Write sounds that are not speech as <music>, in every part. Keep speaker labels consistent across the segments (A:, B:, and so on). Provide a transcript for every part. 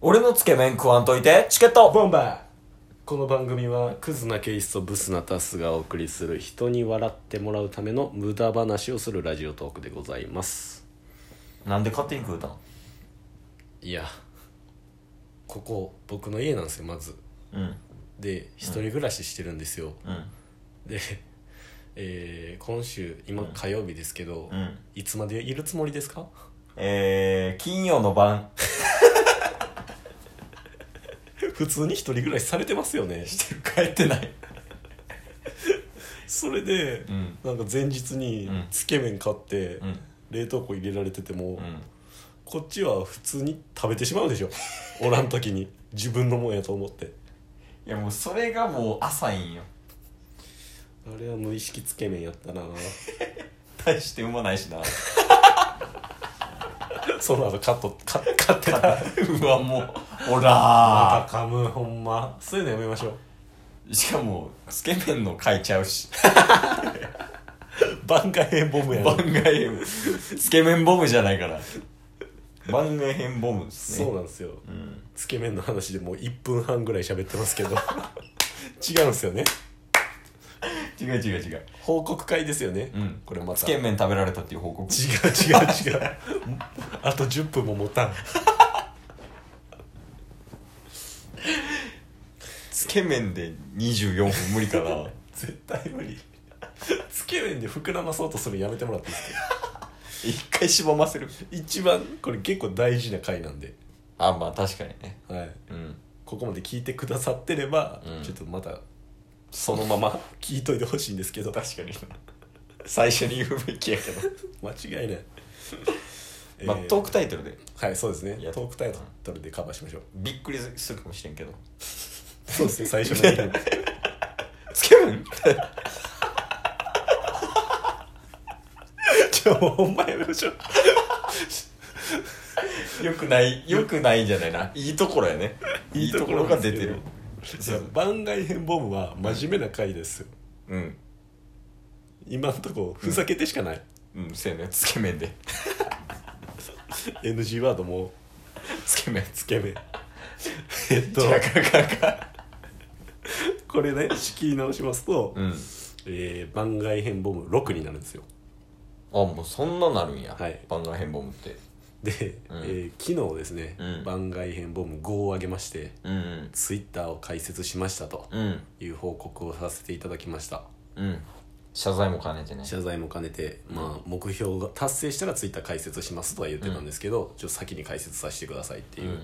A: 俺のつけ麺食わんといて、チケット
B: ボンバーこの番組はクズなケイスとブスなタスがお送りする人に笑ってもらうための無駄話をするラジオトークでございます
A: なんで勝手に食うたん
B: いやここ僕の家なんですよまず
A: うん。
B: で一人暮らししてるんですよ、
A: うん。
B: で、えー今週今火曜日ですけど、
A: うん。
B: いつまでいるつもりですか <laughs>
A: えー、金曜の晩。
B: 普通に一人暮らしされてますよね
A: 帰ってない。
B: それで、
A: うん。
B: なんか前日に
A: うん
B: つけ麺買って、
A: うん。
B: 冷凍庫入れられてても、
A: うん。
B: こっちは普通に食べてしまう
A: <laughs>
B: でしょおらん時に自分のもんやと思って
A: いやもうそれがもう浅いんよ。
B: あれは無意識つけ麺
A: <laughs>
B: やったな
A: 大してうまないしな。
B: その後カットカ買って
A: <laughs>
B: た
A: うわ、もう、お
B: ま
A: ら
B: た噛むほんまそういうのやめましょう
A: ー。しかも、つけ麺の書いちゃうし。
B: 番外編ボムや
A: 番
B: な
A: 外編、つけ麺ボムじゃないから。番外編ボムですね。
B: そうなんですよ
A: うん。
B: つけ麺の話でもう1分半ぐらい喋っ
A: <laughs>
B: てますけど違うんですよね
A: 違う違う違う。
B: 報告会ですよね、
A: うん
B: これま
A: つ
B: た違
A: け
B: う違う
A: 麺食べられたっていう報告。
B: 違う
A: <laughs>
B: あと10分も持たん
A: つけ麺で24分無理かな。
B: 絶対無理つけ麺で膨らまそうとするのやめてもらっていいですか
A: 一回しぼませる。
B: 一番これ結構大事な回なんで、
A: あ、まあ確かにね。
B: はい、
A: うん。
B: ここまで聞いてくださってれば、
A: うん
B: ちょっとまたそのまま聞いといてほしいんですけど <laughs>
A: 確かに。最初に言うべきやけど。
B: 間違いない、
A: <laughs>
B: え
A: まあトークタイトルで。
B: はいそうですね
A: いや
B: トークタイトルでカバーしましょう
A: びっくりするかもしれんけど
B: そうですね最初の部分
A: <laughs> つけ麺
B: じゃあもうほんまやめましょ
A: <laughs>
B: う
A: よくないよくないんじゃないないいところやねい
B: い
A: <laughs> い
B: い
A: と
B: と
A: こ
B: こ
A: ろ
B: ろ
A: が
B: が
A: 出
B: 出
A: て
B: て
A: る
B: る
A: そ
B: じ
A: う
B: ゃあ番外編ボムは真面目な回ですよ
A: うん
B: 今んとこふざけてしかない、
A: うんせやねつけ麺で <laughs>
B: NG ワードも
A: つけ麺
B: つけ麺えっと
A: じゃあかかか
B: これね仕切り直しますと、
A: うんあ
B: えー番外編ボム6になるんですよ
A: もうそんななるんや、
B: はい
A: 番外編ボムって
B: で、
A: うん
B: えー昨日ですね、
A: うん
B: 番外編ボム5を上げまして
A: うん
B: ツイッターを開設しましたと
A: うん
B: いう報告をさせていただきました
A: うん謝罪も兼ねてね
B: 謝罪も兼ねて、まあ、目標が達成したらツイッター開設しますとは言ってたんですけど、ちょっと先に開設させてくださいっていう、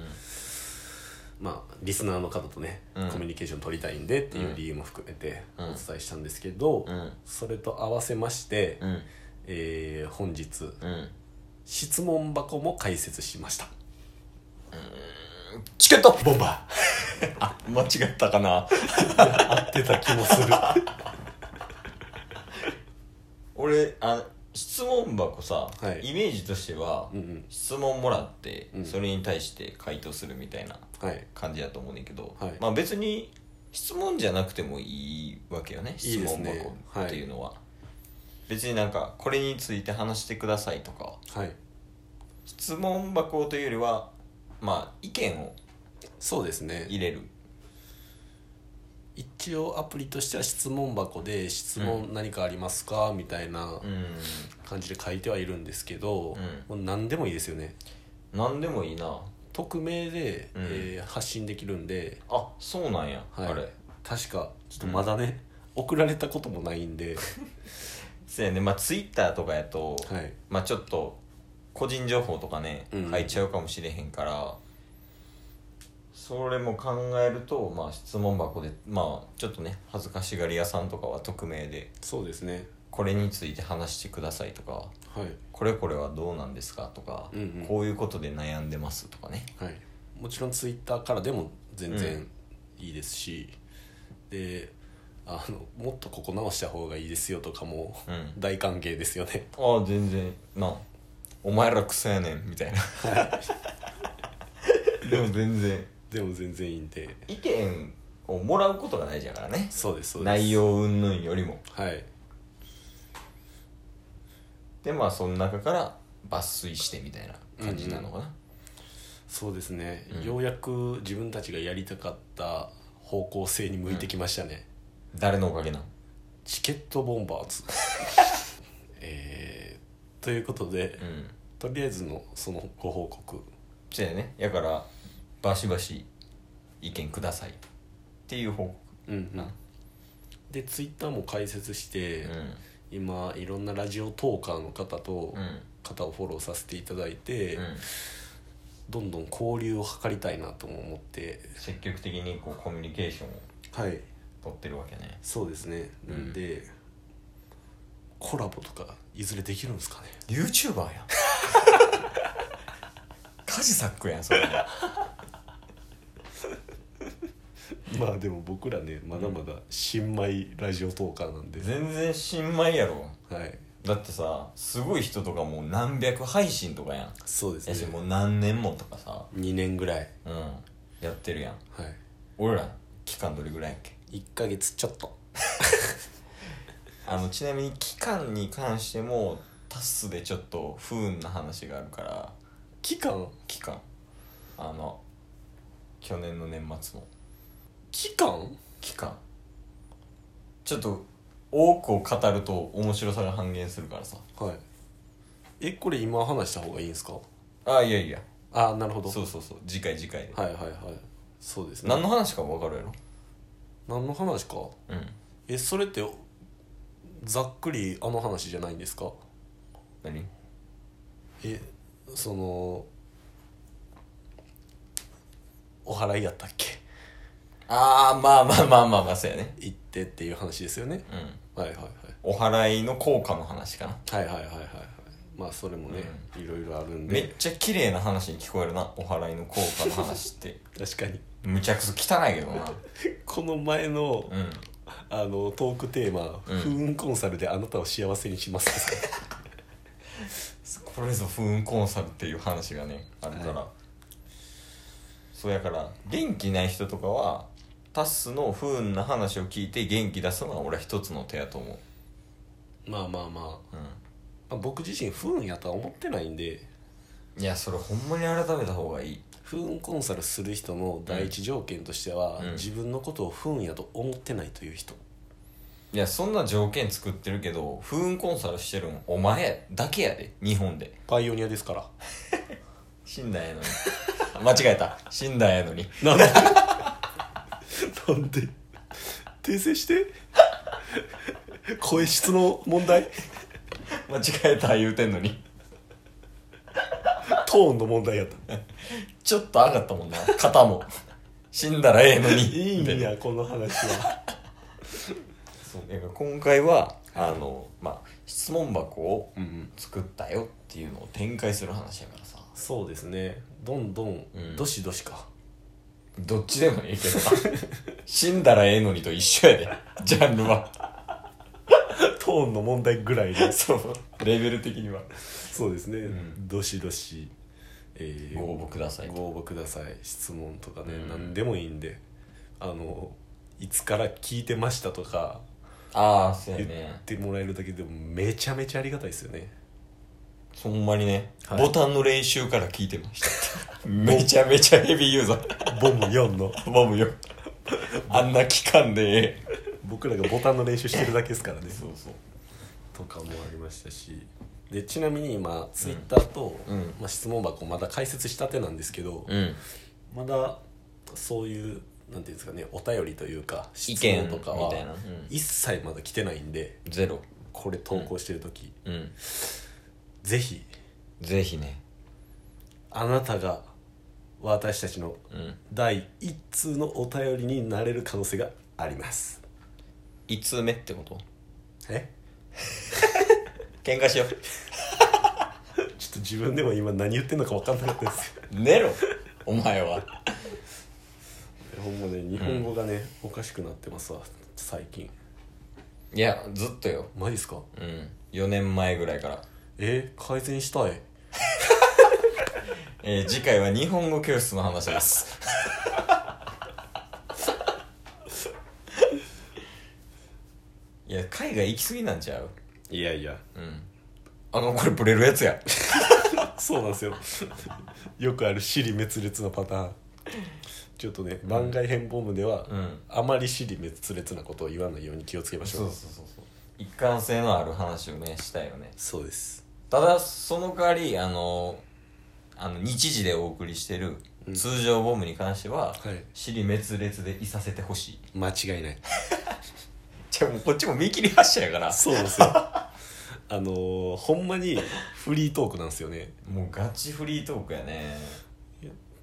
B: まあ、リスナーの方とね、
A: うん
B: コミュニケーション取りたいんでっていう理由も含めてお
A: うん
B: 伝えしたんですけど、
A: うん
B: それと合わせまして、
A: うん
B: えー本日
A: うん
B: 質問箱も開設しました
A: チケット
B: ボンバー
A: <laughs> あ間違ったかな
B: 出た気も
A: <laughs>
B: するは
A: 俺あ質問箱さ、
B: はい
A: イメージとしては、
B: うんうん
A: 質問もらって、
B: うん
A: それに対して回答するみたいない感じだと思うねんだけど、
B: はい
A: まあ別に質問じゃなくてもいいわけよね
B: い
A: 質
B: いで
A: 問
B: すね
A: 箱っていうのは別になんかこれについて話してくださいとか
B: はい
A: 質問箱というよりはまあ意見を
B: そうですね
A: 入れる
B: 一応アプリとしては質問箱で「質問何かありますか?」みたいな
A: うん
B: 感じで書いてはいるんですけど、
A: う
B: もう何でもいいですよね
A: 何でもいいな
B: 匿名で、
A: うん
B: えー発信できるんで、
A: あそうなんや、
B: はい、
A: あれ
B: 確かちょっとまだね、送られたこともない
A: <laughs>
B: んで
A: そうやねまあツイッターとかやと、
B: はい
A: まあちょっと個人情報とかね
B: うん
A: 入っちゃうかもしれへんから、それも考えると、まあ、質問箱でまあちょっとね恥ずかしがり屋さんとかは匿名で
B: そうですね
A: これについて話してくださいとか
B: はい、
A: これこれはどうなんですかとか、
B: うんうん
A: こういうことで悩んでますとかね
B: はい、もちろんツイッターからでも全
A: う
B: 然
A: ん
B: いいですし、であのもっとここ直した方がいいですよとかも
A: うん
B: 大歓迎ですよね
A: ああ全然なお前らクソやねんみたいな <laughs> でも全然
B: でも全然いいんで
A: 意見をもらうことが大事だからね
B: そうですそうです
A: 内容云々よりも
B: はい
A: でまあその中から抜粋してみたいな感じなのかな、
B: そうですね、
A: うん
B: ようやく自分たちがやりたかった方向性に向いてきましたね、
A: 誰のおかげなん
B: チケットボンバ
A: <laughs>
B: ーズえー、ということで、
A: うん
B: とりあえずのそのご報告
A: そうやねやからバシバシ意見くださいっていう報
B: うんうん
A: 告な
B: でツイッターも開設して、
A: うん
B: 今いろんなラジオトーカーの方と
A: うん
B: 方をフォローさせていただいて、
A: うん
B: どんどん交流を図りたいなとも思って
A: 積極的にこうコミュニケーションを
B: はい
A: 取ってるわけね
B: そうですね、なんでコラボとかいずれできるんですかね
A: YouTuber <laughs> やんカジサックやんそれ
B: <laughs> まあでも僕らねまだまだ新米ラジオトーカーなんで、
A: 全然新米やろ
B: はい
A: だってさすごい人とかもう何百配信とかやん
B: そうで
A: やし
B: すね
A: もう何年もとかさ
B: 2年ぐらい
A: うんやってるやん
B: は
A: 俺ら期間どれぐらいやっけ
B: い1ヶ月ちょっと
A: あのちなみに期間に関してもタスでちょっと不運な話があるから
B: 期間
A: 期間あの去年の年末の
B: 期間
A: 期間ちょっと多くを語ると面白さが半減するからさ
B: はいえこれ今話した方がいいんですか
A: ああいやいや
B: ああなるほど
A: そうそうそう次回次回で、
B: はいはいはいそうですね
A: 何の話か分かるやろ
B: 何の話か
A: うん
B: えそれってざっくりあの話じゃないんですか
A: 何
B: えそのお祓いやったっけ
A: ああまあまあまあまあまあそうやね
B: 行ってっていう話ですよね
A: うん
B: はいはいはい
A: お祓いの効果の話かな
B: はいはいはいはいはいまあそれもね、いろいろあるん
A: めっ
B: で
A: ちゃ綺麗な話に聞こえるなお祓いの効果の話って
B: <laughs> 確かに
A: むちゃくちゃ汚いけどな
B: この前の、
A: うん
B: あのトークテーマ「
A: うん
B: 不運コンサルであなたを幸せにします」です <laughs> か
A: これぞ不運コンサルっていう話がねあるから、
B: は
A: そうやから元気ない人とかはタッスの不運な話を聞いて元気出すのは俺は一つの手やと思う
B: まあまあまあ、
A: う
B: まあ僕自身不運やとは思ってないんで
A: んいやそれほんまに改めた方がいい
B: 不運コンサルする人の第一条件としては、
A: うん
B: 自分のことを不運やと思ってないという人
A: いやそんな条件作ってるけど不運コンサルしてるんお前だけやで日本で
B: パイオニアですから
A: 死んだん
B: <laughs>
A: やのに間違えた死んだんやのに
B: なんでなんで訂正して声質の問題
A: 間違えた言うてんのに
B: トーンの問題やった
A: ちょっと上がったもんな肩も死んだらええのに
B: いいんやこの話は
A: そうだから今回はあの、まあ、質問箱を
B: うん
A: 作ったよっていうのを展開する話やからさ
B: そうですねどんどん、
A: うん
B: どしどしか
A: どっちでもいいけど死んだらええのにと一緒やでジャンルは
B: トーンの問題ぐらいで
A: そうレベル的には
B: そうですね、
A: ん
B: どしどし、えー
A: ご応募ください
B: ご応募ください質問とかね、
A: うん
B: 何でもいいんであのいつから聞いてましたとか
A: ああそうや
B: 言
A: ね
B: ってもらえるだけでもめちゃめちゃありがたいですよね
A: ほんまにね、
B: はい
A: ボタンの練習から聞いてましためちゃめちゃヘビーユーザー
B: ボム4の
A: ボムよあんな期間でええ
B: 僕らがボタンの練習してるだけですから
A: <laughs>
B: ね
A: そうそう
B: とかもありましたしでちなみに今ツイッターと、
A: うん
B: まあ、質問箱まだ開設したてなんですけど、
A: うん
B: まだそういうなんていうんですかねお便りというか
A: 意
B: 質
A: 見
B: 問
A: と
B: と
A: か
B: か
A: は
B: は
A: みたいな、うん
B: 一切まだ来てないんで
A: ゼロ
B: これ投稿してる時、
A: うん
B: ぜひ
A: ぜひね
B: あなたが私たちの
A: うん
B: 第一通のお便りになれる可能性があります
A: 1通目ってこと
B: え
A: 喧嘩しよう
B: ちょっと自分でも今何言ってんのか分かんなかったですよ
A: 寝ろお前は
B: ほんまね日本語がね、おかしくなってますわ最近
A: いやずっとよ
B: マジっすか
A: うん4年前ぐらいから、
B: えー改善したい
A: えー次回は日本語教室の話です <laughs> いや海外行き過ぎなんちゃう
B: いやいや
A: うんあのこれブレるやつや
B: そうなんで
A: <laughs>
B: すよよくある尻滅裂なパターンちょっとね番外編ボムでは、
A: うん
B: あまり尻滅裂なことを言わないように気をつけましょう
A: そうそうそうそう一貫性のある話をねしたいよね
B: そうです
A: ただその代わりあのあの日時でお送りしてる
B: うん
A: 通常ボムに関しては、
B: はい
A: 尻滅裂でいさせてほしい
B: 間違いない
A: じゃあもうこっちも見切り発車やから
B: そうな
A: <laughs>
B: んですよあのーほんまにフリートークなんですよね
A: もうガチフリートークやね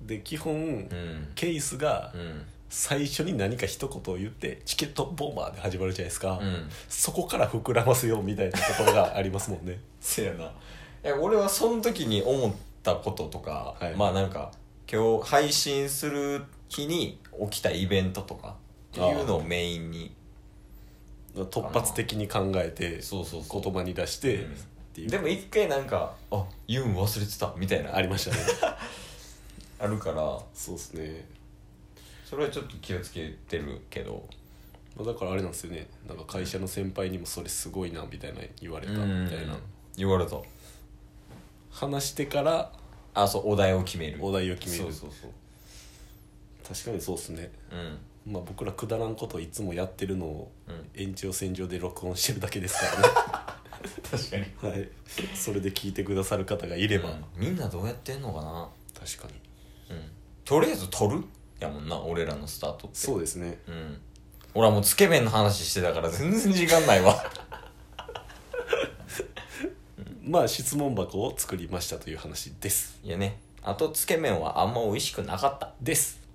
B: で基本
A: うん
B: ケイスが
A: うん
B: 最初に何か一言を言ってチケットボンバーで始まるじゃないですか、
A: うん
B: そこから膨らますよみたいなところがありますもん <laughs> ね
A: せやないや俺はその時に思ったこととか、
B: はい
A: まあなんか今日配信する日に起きたイベントとかっていうのをメインに
B: 突発的に考えて
A: そうそうそう
B: 言葉に出して、
A: うん
B: っていう
A: でも一回なんか「あユン忘れてた」みたいな
B: ありましたね
A: あるから
B: <laughs> そうですね、
A: それはちょっと気をつけてるけど
B: まあ、だからあれなんですよねなんか会社の先輩にもそれすごいなみたいな言われたみたいな
A: 言われた
B: 話してから
A: あそうお題を決める
B: お題を決める
A: そうそう
B: 確かにそうですね
A: そううん
B: まあ僕らくだらんことをいつもやってるのを
A: うん
B: 延長線上で録音してるだけですか
A: <laughs> 確かに
B: ら <laughs> ねはいそれで聞いてくださる方がいれば、
A: みんなどうやってんのかな
B: 確かに
A: うんとりあえず撮るやもんな俺らのスタートって
B: そうですね
A: うん俺はもうつけ麺の話してたから全然時間ないわ
B: まあ質問箱を作りましたという話です
A: いやねあとつけ麺はあんま美味しくなかった
B: です